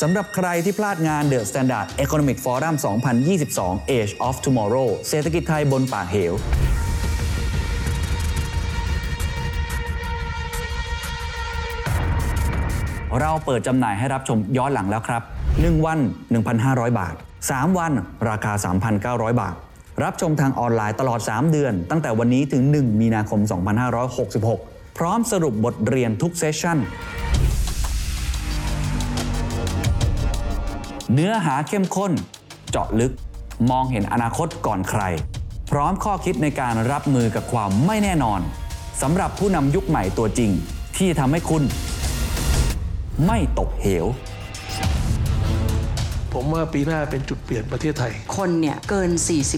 สำหรับใครที่พลาดงาน The Standard Economic Forum 2022 Age of Tomorrow เศรษฐกิจไทยบนปากเหว เราเปิดจำหน่ายให้รับชมย้อนหลังแล้วครับ 1 วัน 1,500 บาท 3 วันราคา 3,900 บาท รับชมทางออนไลน์ตลอด 3 เดือน ตั้งแต่วันนี้ถึง 1 มีนาคม 2566 พร้อมสรุปบทเรียนทุกเซสชั่น เนื้อหาเข้มข้น เจาะลึก มองเห็นอนาคตก่อนใคร พร้อมข้อคิดในการรับมือกับความไม่แน่นอนสำหรับผู้นำยุคใหม่ตัวจริง ที่ทำให้คุณ ไม่ตกเหว ผมว่าปีหน้าเป็นจุดเปลี่ยนประเทศไทย คนเนี่ยเกิน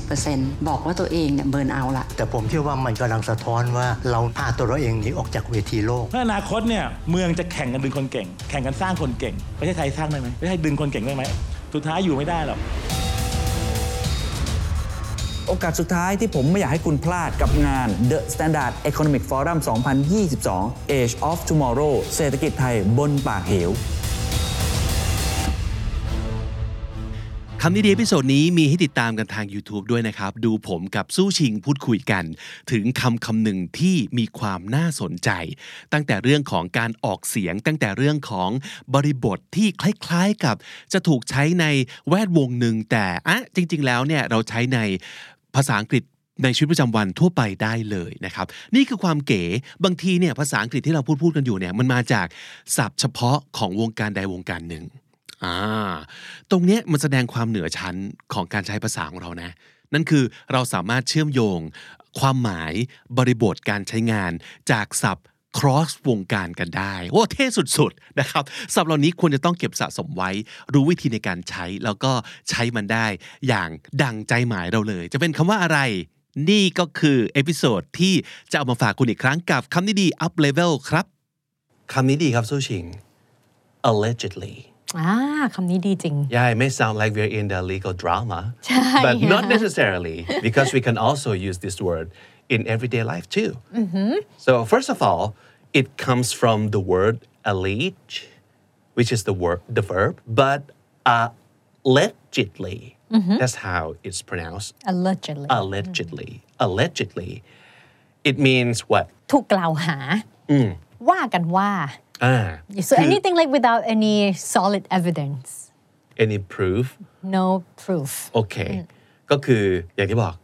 40%บอกว่าตัวเองเนี่ยเบิร์นเอาท์ละ แต่ผมเชื่อว่ามันกำลังสะท้อนว่าเราพาตัวเราเองหนีออกจากเวทีโลก ถ้าอนาคตเนี่ยเมืองจะแข่งกันดึงคนเก่ง แข่งกันสร้างคนเก่งประเทศไทยสร้างได้ไหมประเทศไทยดึงคนเก่งได้ไหมสุดท้ายอยู่ไม่ได้หรอก โอกาสสุดท้ายที่ผมไม่อยากให้คุณพลาดกับงาน The Standard Economic Forum 2022 Age of Tomorrow เศรษฐกิจไทยบนปากเหว คำนี้ดีพิโซดนี้มีให้ติดตามกันทาง YouTube ด้วยนะครับ ดูผมกับสู้ชิงพูดคุยกัน ถึงคำคำหนึ่งที่มีความน่าสนใจ ตั้งแต่เรื่องของการออกเสียง ตั้งแต่เรื่องของบริบทที่คล้าย ๆ กับ จะถูกใช้ในแวดวงหนึ่งแต่อะจริง ๆ แล้วเนี่ยเราใช้ในภาษาอังกฤษ ในชีวิตประจำวันทั่วไปได้เลยนะครับ นี่คือความเก๋บางทีเนี่ยภาษาอังกฤษที่เราพูดพูดกันอยู่เนี่ยมันมาจากศัพท์เฉพาะของวงการใดวงการหนึ่ง อ่า ตรงเนี้ยมันแสดงความเหนือชั้นของการใช้ภาษาของเรานะ นั่นคือเราสามารถเชื่อมโยง ความหมายบริบทการใช้งาน จากศัพท์ cross วงการกันได้ โอ้เท่สุดๆนะครับศัพท์เหล่านี้ควรจะต้องเก็บสะสมไว้ รู้วิธีในการใช้แล้วก็ใช้มันได้อย่างดังใจหมายเราเลย จะเป็นคำว่าอะไร นี่ก็คือเอพิโซดที่จะเอามาฝากคุณอีกครั้งกับคำนี้ดี up level ครับ คำนี้ดีครับสู้ชิง allegedly อ่าคำนี้ดีจริง Yeah, it may sound like we're in the legal drama, but not necessarily, because we can also use this word in everyday life too. So, first of all, it comes from the word allege, which is the word, the verb, but allegedly. That's how it's pronounced. Uh, allegedly Allegedly. Allegedly. It means what? ถูกกล่าวหาว่ากันว่า Ah, so anything like without any solid evidence any proof no proof โอเค ก็คืออย่างที่บอก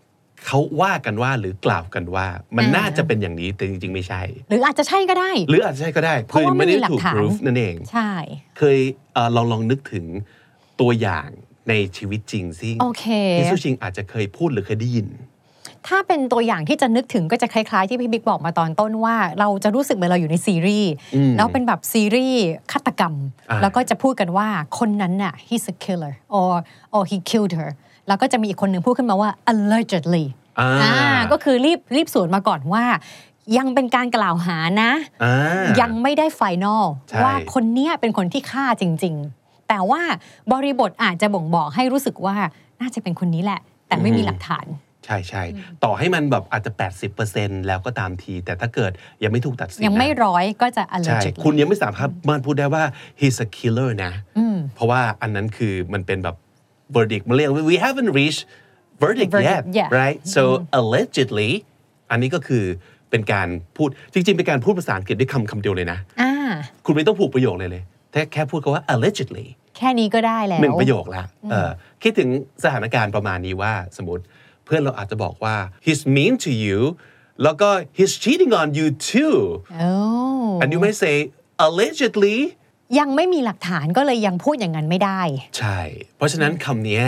เขาว่ากันว่าหรือกล่าวกันว่า มันน่าจะเป็นอย่างนี้แต่จริง ๆ ไม่ใช่ หรืออาจจะใช่ก็ได้ หรืออาจจะใช่ก็ได้ เพราะว่าไม่มีหลัก ถูก ฐาน proof นั่นเอง ใช่ เคยเอ่อลองลองนึกถึงตัวอย่างในชีวิตจริงซิ โอเค ที่สุชิงอาจจะเคยพูดหรือเคยได้ยิน ถ้าเป็นตัวอย่างที่จะนึกถึงก็จะคล้ายๆ ที่พี่บิ๊กบอกมาตอนต้นว่า เราจะรู้สึกเหมือนเราอยู่ในซีรีส์แล้วเป็นแบบซีรีส์ฆาตกรรม อ่า แล้วก็จะพูดกันว่าคนนั้นน่ะ he's a killer or or he killed her แล้วก็จะมีอีกคนหนึ่งพูดขึ้นมาว่า allegedly อ่า อ่าก็คือรีบรีบสวนมาก่อนว่า ยังเป็นการกล่าวหานะ อ่า ยังไม่ได้ไฟนอล ใช่ ว่าคนเนี้ยเป็นคนที่ฆ่าจริง ๆ แต่ว่าบริบทอาจจะบ่งบอกให้รู้สึกว่าน่าจะเป็นคนนี้แหละ แต่ไม่มีหลักฐาน ใช่ใช่ต่อให้มันแบบอาจจะ 80%แล้วก็ตามที แต่ถ้าเกิดยังไม่ถูกตัดสิน ยังไม่ นะ ร้อยก็จะ ใช่ allegedly คุณยังไม่สามารถมันพูดได้ว่า he's a killer นะ เพราะว่าอันนั้นคือมันเป็นแบบ verdict มันเรียกว่า we haven't reached verdict yet Verdict yet right so allegedly อันนี้ก็คือเป็นการพูด จริง ๆ เป็นการพูดภาษาอังกฤษด้วยคำคำเดียวเลยนะ อ่า คุณไม่ต้องผูกประโยคเลยเลย แค่แค่พูดคำว่า allegedly แค่นี้ก็ได้แล้ว หนึ่งประโยคละเออคิดถึงสถานการณ์ประมาณนี้ว่าสมมติเพื่อนเราอาจจะบอกว่า he's mean to you แล้วก็ he's cheating on you too โอ้ and you may say allegedly ยังไม่มีหลักฐานก็เลยยังพูดอย่างนั้นไม่ได้ ใช่ เพราะฉะนั้นคำเนี้ย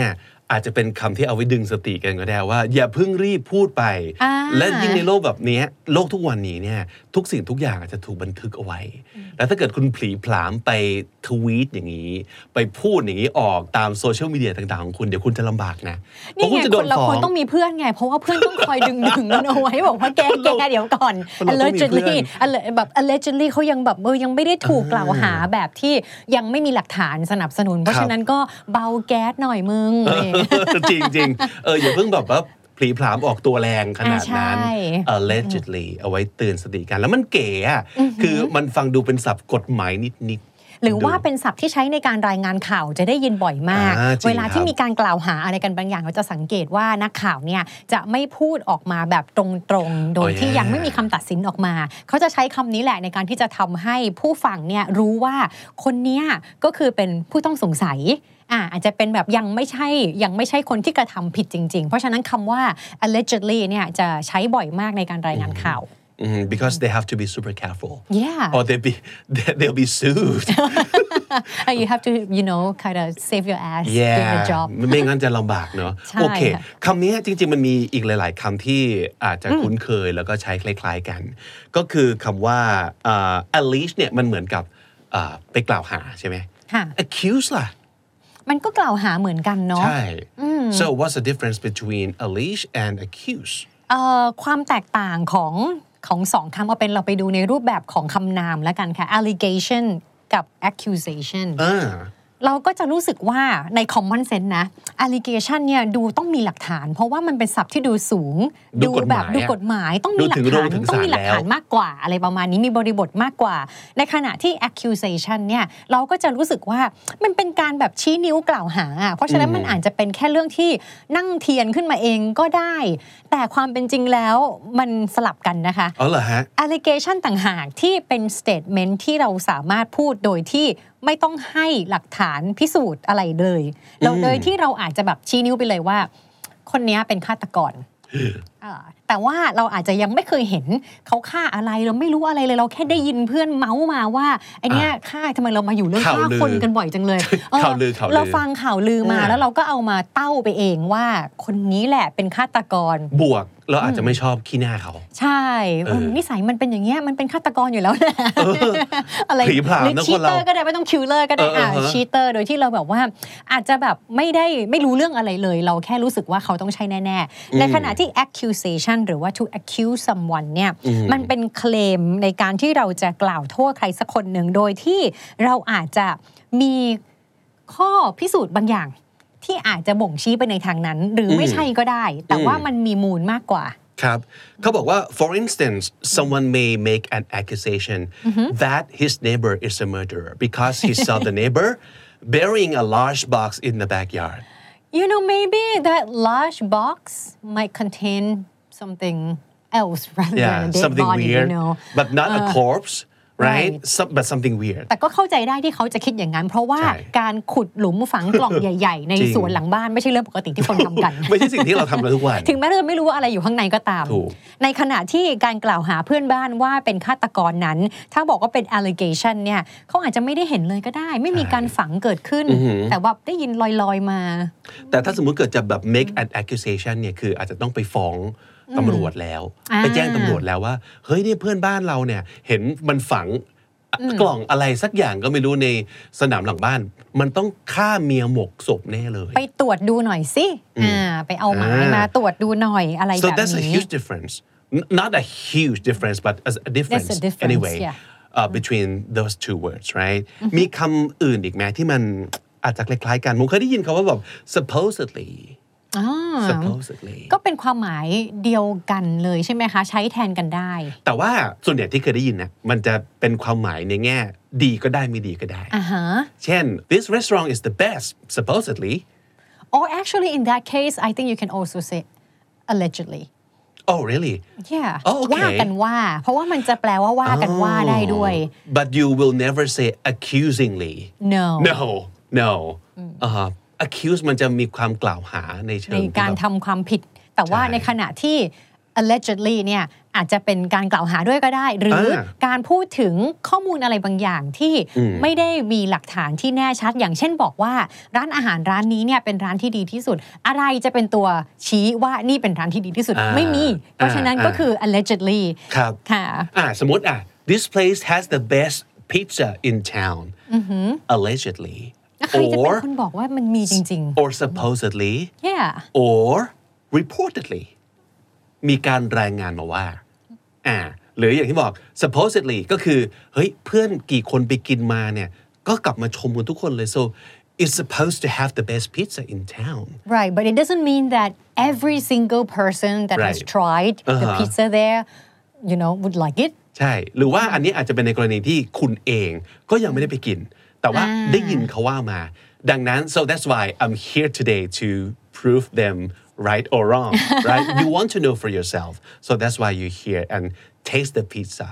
อาจจะเป็นคำที่เอาไว้ดึงสติกันก็ได้ว่า อย่าเพิ่งรีบพูดไป อ่า และยิ่งในโลกแบบเนี้ยโลกทุกวันนี้เนี่ยทุกสิ่งทุกอย่างอาจจะถูกบันทึกเอาไว้ แล้วถ้าเกิดคุณผลีผลามไปทวีตอย่างนี้ ไปพูดอย่างนี้ออกตามโซเชียลมีเดียต่างๆของคุณ เดี๋ยวคุณจะลำบากนะเพราะคุนี่ไง ณจะโด คน นเรา ฟ้อ คน ง ต้องมีเพื่อนไง เพราะว่าเพื่อนต้องคอยดึงดึงกันเอาไว้บอกว่าแก คน แก เรา เดี๋ยวก่อน คนเราต้องมีเพื่ allegedly อน alle- แบบ allegedly เขายังแบบเออยังไม่ได้ถูกกล่าวหาแบบที่ยังไม่มีหลักฐานสนับสนุน เพราะ ครับ ฉะนั้นก็เบาแก๊สหน่อยมึง จริงจริงๆเอออย่าเพิ่งแบบว่าผลีผลามออกตัวแรงขนาดนั้น อ่าใช่ allegedly เอาไว้เตือนสติกันแล้วมันเก๋อะคือมันฟังดูเป็นศัพท์กฎหมายนิด หรือว่าเป็นศัพท์ที่ใช้ในการรายงานข่าวจะได้ยินบ่อยมาก อ่าจริง เวลาคที่รับ มีการกล่าวหาอะไรกันบางอย่างเราจะสังเกตว่านักข่าวเนี่ยจะไม่พูดออกมาแบบตรงๆ โดยที่ยังไม่มีคำตัดสินออกมา เขาจะใช้คำนี้แหละในการที่จะทำให้ผู้ฟังเนี่ยรู้ว่าคนเนี้ยก็คือเป็นผู้ต้องสงสัยอ่าอาจจะเป็นแบบยังไม่ใช่ยังไม่ใช่คนที่กระทำผิดจริง ๆ เพราะฉะนั้นคำว่า allegedly เนี่ยจะใช้บ่อยมากในการรายงานข่าว ๆอืม because they have to be super careful yeah or they be they- they'll be sued Uh, you have to you know kind of save your ass do yeah your job ไม่งั้นจะลำบากเนอะ ใช่ โอเค ค่ะ คำนี้จริง ๆ มันมีอีกหลาย ๆคำที่อาจจะคุ้นเคยแล้วก็ใช้คล้าย ๆกัน ก็คือคำว่าอ่า allege เนี่ยมันเหมือนกับอ่าไปกล่าวหาใช่ไหม ค่ะ accuse ล่ะ มันก็กล่าวหาเหมือนกันเนาะ ใช่ Mm. so what's the difference between allege and accuse เอ่อความแตกต่างของของสองคำเอาเป็นเราไปดูในรูปแบบของคำนามแล้วกันค่ะ allegation กับ accusation อ่า เราก็จะรู้สึกว่าใน common sense นะ allegation เนี่ยดูต้องมีหลักฐาน เพราะว่ามันเป็นศัพท์ที่ดูสูง ดูกฎห แบ มาย บ อะ ดูกฎหมายต้อง ดู มีหลั ถึ ก งโร ฐาง น ถึง ต้อศาลงมีหลัก แล้ว ฐานมากกว่าอะไรประมาณนี้มีบริบทมากกว่า ในขณะที่ accusation เนี่ยเราก็จะรู้สึกว่ามันเป็นการแบบชี้นิ้วกล่าวหาอะเพราะฉะนั้นมันอาจจะเป็นแค่เรื่องที่นั่งเทียนขึ้นมาเองก็ได้ แต่ความเป็นจริงแล้วมันสลับกันนะคะ อ๋อเหรอ ฮะ allegation ต่างหากที่เป็น statement ที่เราสามารถพูดโดยที่ไม่ต้องให้หลักฐานพิสูจน์อะไรเลยเราโดยที่เราอาจจะแบบชี้นิ้วไปเลยว่า คนเนี้ยเป็นฆาตกรเอ่อแต่ว่าเราอาจจะยังไม่เคยเห็นเขาฆ่าอะไรเราไม่รู้อะไรเลยเราแค่ได้ยินเพื่อนเมาส์มาว่าไอเนี้ยฆ่าทำไมเรามาอยู่เรื่อง ข่าว ฆ่า ลือ คนกันบ่อยจัง เลยเออ ข่าวลือข่าวลือ เราฟังข่าวลือมา อ่า แล้วเราก็เอามาเต้าไปเองว่า คนนี้แหละเป็นฆาตกร บวกเรา Mm. อาจจะไม่ชอบขี้หน้าเขา ใช่ เออ เออนิสัยมันเป็นอย่างเงี้ยมันเป็นฆาตกรอยู่แล้วนะอะไร ผีผลาม หรือ นะ ชี คน เต เรา อร์ก็ได้ไม่ต้องคิวเลอร์ก็ได้ เออ อ่า เออฮะ ชีเตอร์โดยที่เราแบบว่า อาจจะแบบไม่ได้ไม่รู้เรื่องอะไรเลย เราแค่รู้สึกว่าเขาต้องใช่แน่ ๆ ในขณะที่ accusation หรือว่า to accuse someone เนี่ยมันเป็นเคลมในการที่เราจะกล่าวโทษใครสักคนหนึ่งโดยที่เราอาจจะมีข้อพิสูจน์บางอย่าง ที่อาจจะบ่งชี้ไปในทางนั้น หรือไม่ใช่ก็ได้ แต่ว่ามันมีมูลมากกว่า ครับเขาบอกว่า for instance someone may make an accusation Mm-hmm. that his neighbor is a murderer because he saw the neighbor burying a large box in the backyard you know maybe that large box might contain something else rather yeah than a dead something body weird you know Uh. but not a corpse right right. Some- but something weird แต่ก็เข้าใจได้ที่เขาจะคิดอย่างนั้น เพราะว่า ใช่ การขุดหลุมฝังกล่องใหญ่ ๆ ใน จริง สวนหลังบ้านไม่ใช่เรื่องปกติที่คนทำ กัน ไม่ใช่สิ่งที่เราทำกันทุก วัน ถึงแม้เราจะไม่รู้ว่าอะไรอยู่ข้างในก็ตาม ถูก ในขณะที่การกล่าวหาเพื่อนบ้านว่าเป็นฆาตกรนั้น ถ้าบอกว่าเป็น allegation เนี่ยเขาอาจจะไม่ได้เห็นเลยก็ได้ ไม่มีการฝังเกิดขึ้น แต่ว่าได้ยินลอยๆมา แต่ถ้าสมมุติเกิดจะแบบ make an accusation เนี่ยคืออาจจะต้องไปฟ้องตำรวจแล้ว อ่า ไปแจ้งตำรวจแล้วว่า เฮ้ยเนี่ยเพื่อนบ้านเราเนี่ย เห็นมันฝังกล่องอะไรสักอย่างก็ไม่รู้ในสนามหลังบ้าน มันต้องฆ่าเมียหมกศพแน่เลย ไปตรวจดูหน่อยสิอ่าไปเอาหมาย อ่าม มาตรวจดูหน่อยอะไร so แบบ that's a นี้ huge difference N- not a huge difference but as a difference, There's a difference, anyway yeah. uh, between those two words right มีคำอื่นอีกไหมที่มันอาจจะคล้ายๆกันผมเคยได้ยินคำว่าแบบ supposedly อ่า supposedly ก็เป็นความหมายเดียวกันเลยใช่ไหมคะ ใช้แทนกันได้ แต่ว่าส่วนใหญ่ที่เคยได้ยินนะมันจะเป็นความหมายในแง่ ดีก็ได้ไม่ดีก็ได้ อ่าฮะ เช่น this restaurant is the best supposedly or actually in that case I think you can also say allegedly oh really yeah Oh, okay. ว่ากันว่า เพราะว่ามันจะแปลว่าว่ากันว่าได้ด้วย but you will never say accusingly no no no อ่าฮะ accuse มันจะมีความกล่าวหาในเชิ ใน ง การ ที่แบบ ทำความผิด แต่ว่า ใช่ ในขณะที่ allegedly เนี่ยอาจจะเป็นการกล่าวหาด้วยก็ได้ หรืออาการพูดถึงข้อมูลอะไรบางอย่างที่ อืม ไม่ได้มีหลักฐานที่แน่ชัด อย่างเช่นบอกว่าร้านอาหารร้านนี้เนี่ยเป็นร้านที่ดีที่สุด อะไรจะเป็นตัวชี้ว่านี่เป็นร้านที่ดีที่สุด อ่า ไม่มี เพราะฉะนั้น อ่า ก็คือ allegedly ครับ ค่ะ อ่ะสมมติอ่ะ this place has the best pizza in town allegedly แล้วใครจะเป็นคน บอกว่ามันมีจริง or supposedly ๆ yeah or reportedly มีการรายงานมาว่าอ่าหรืออย่างที่บอก supposedly ก็คือเฮ้ยเพื่อนกี่คนไปกินมาเนี่ย ก็กลับมาชมกันทุกคนเลย so it's supposed to have the best pizza in town Right, but it doesn't mean that every single person that has Right. tried the Uh-huh. pizza there, you know, would like it. ใช่ หรือว่าอันนี้อาจจะเป็นในกรณีที่คุณเองก็ยังไม่ได้ไปกิน แต่ว่า อ่า ได้ยินเขาว่ามา ดังนั้น so that's why I'm here today to prove them right or wrong right you want to know for yourself so that's why you're here and taste the pizza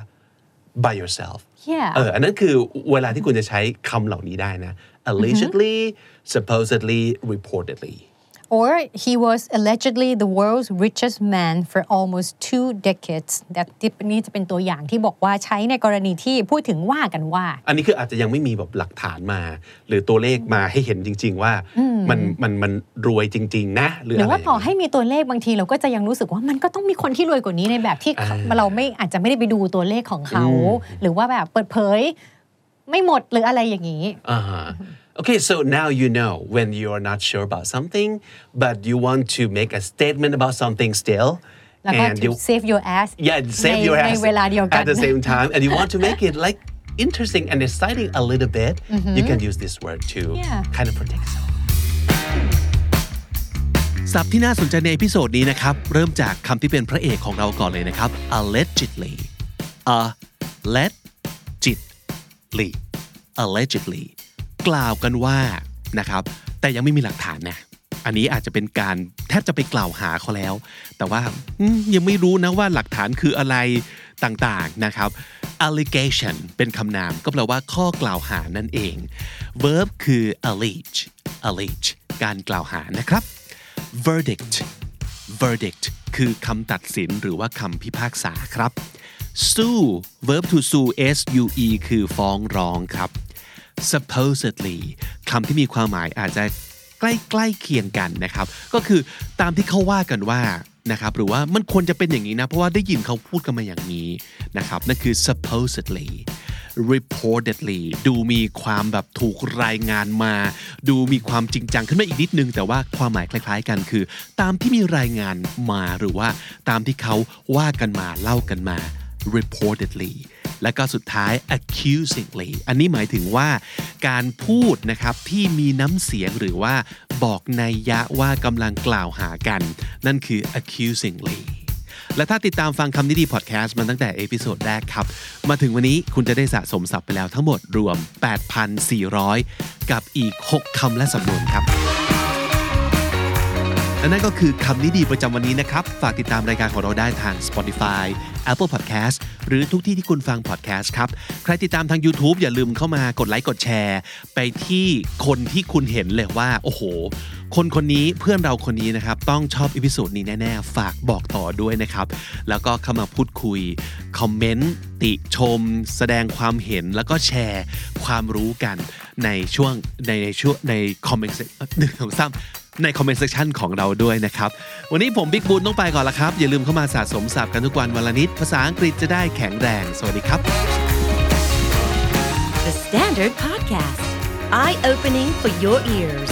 by yourself Yeah. เอออันนั้นคือเวลาที่คุณจะใช้คำเหล่านี้ได้นะ allegedly supposedly reportedly Or he was allegedly the world's richest man for almost two decades. That นี่จะเป็นตัวอย่างที่บอกว่าใช้ในกรณีที่พูดถึงว่ากันว่า อันนี้คืออาจจะยังไม่มีแบบหลักฐานมา หรือตัวเลขมาให้เห็นจริง ๆ ว่ามันมันมันรวยจริง ๆ นะ หรือ หรือ อะไร ว่าต่อ อย่างเงี้ย ให้มีตัวเลขบางทีเราก็จะยังรู้สึกว่ามันก็ต้องมีคนที่รวยกว่านี้ในแบบที่เขาเราไม่อาจจะไม่ได้ไปดูตัวเลขของเขา หรือว่าแบบเปิดเผย ไม่หมดหรืออะไรอย่างนี้ Uh-huh. Okay, so now you know when you are not sure about something, but you want to make a statement about something still. แล้วก็ And to you, save your ass yeah, ใน save your ass ในเวลาเดียวกัน at the same time, and you want to make it like interesting and exciting a little bit. You can use this word to Yeah. kind of protect yourself. ศัพท์ที่น่าสนใจในเอพิโซดนี้นะครับ เริ่มจากคำที่เป็นพระเอกของเราก่อนเลยนะครับ allegedly allegedly allegedly กล่าวกันว่านะครับ แต่ยังไม่มีหลักฐานนะ อันนี้อาจจะเป็นการแทบจะไปกล่าวหาเขาแล้ว แต่ว่าอืมยังไม่รู้นะว่าหลักฐานคืออะไรต่างๆนะครับ allegation เป็นคำนามก็แปลว่าข้อกล่าวหานั่นเอง verb คือ allege allege การกล่าวหานะครับ verdict verdict คือคำตัดสินหรือว่าคำพิพากษาครับ sue verb to sue s u e คือฟ้องร้องครับ supposedly คำที่มีความหมายอาจจะใกล้ใกล้เคียงกันนะครับ ก็คือตามที่เขาว่ากันว่านะครับหรือว่ามันควรจะเป็นอย่างนี้นะ เพราะว่าได้ยินเขาพูดกันมาอย่างนี้นะครับนั่นคือ supposedly reportedly ดูมีความแบบถูกรายงานมา ดูมีความจริงจังขึ้นมาอีกนิดนึง แต่ว่าความหมายคล้ายๆกันคือ ตามที่มีรายงานมาหรือว่าตามที่เขาว่ากันมาเล่ากันมา reportedly และก็สุดท้าย accusingly อันนี้หมายถึงว่าการพูดนะครับที่มีน้ำเสียงหรือว่าบอกนัยยะว่ากำลังกล่าวหากัน นั่นคือ accusingly และถ้าติดตามฟังคำนี้ดีพอดแคสต์มาตั้งแต่เอพิโซดแรกครับ มาถึงวันนี้คุณจะได้สะสมศัพท์ไปแล้วทั้งหมดรวม 8,400 กับอีก 6 คำและสำนวนครับ และนั่นก็คือคำนี้ดีประจำวันนี้นะครับ ฝากติดตามรายการของเราได้ทาง Spotify Apple Podcast หรือทุกที่ที่คุณฟัง podcast ครับ ใครติดตามทาง YouTube อย่าลืมเข้ามากดไลค์กดแชร์ ไปที่คนที่คุณเห็นเลยว่า โอ้โห คนคนนี้เพื่อนเราคนนี้นะครับ ต้องชอบอีพิโซดนี้แน่ ๆ ฝากบอกต่อด้วยนะครับ แล้วก็เข้ามาพูดคุย คอมเมนต์ติชม แสดงความเห็นแล้วก็แชร์ความรู้กันในช่วงในในช่วงในคอมเมนต์หนึ่งสองสาม ในคอมเมนต์เซ t ชันของเราด้วยนะครับ วันนี้ผมบิ๊กบุญต้องไปก่อนละครับ อย่าลืมเข้ามาสะสมศัพท์กันทุกวันวันละนิด ภาษาอังกฤษจะได้แข็งแรง สวัสดีครับ The Standard Podcast, eye opening for your ears.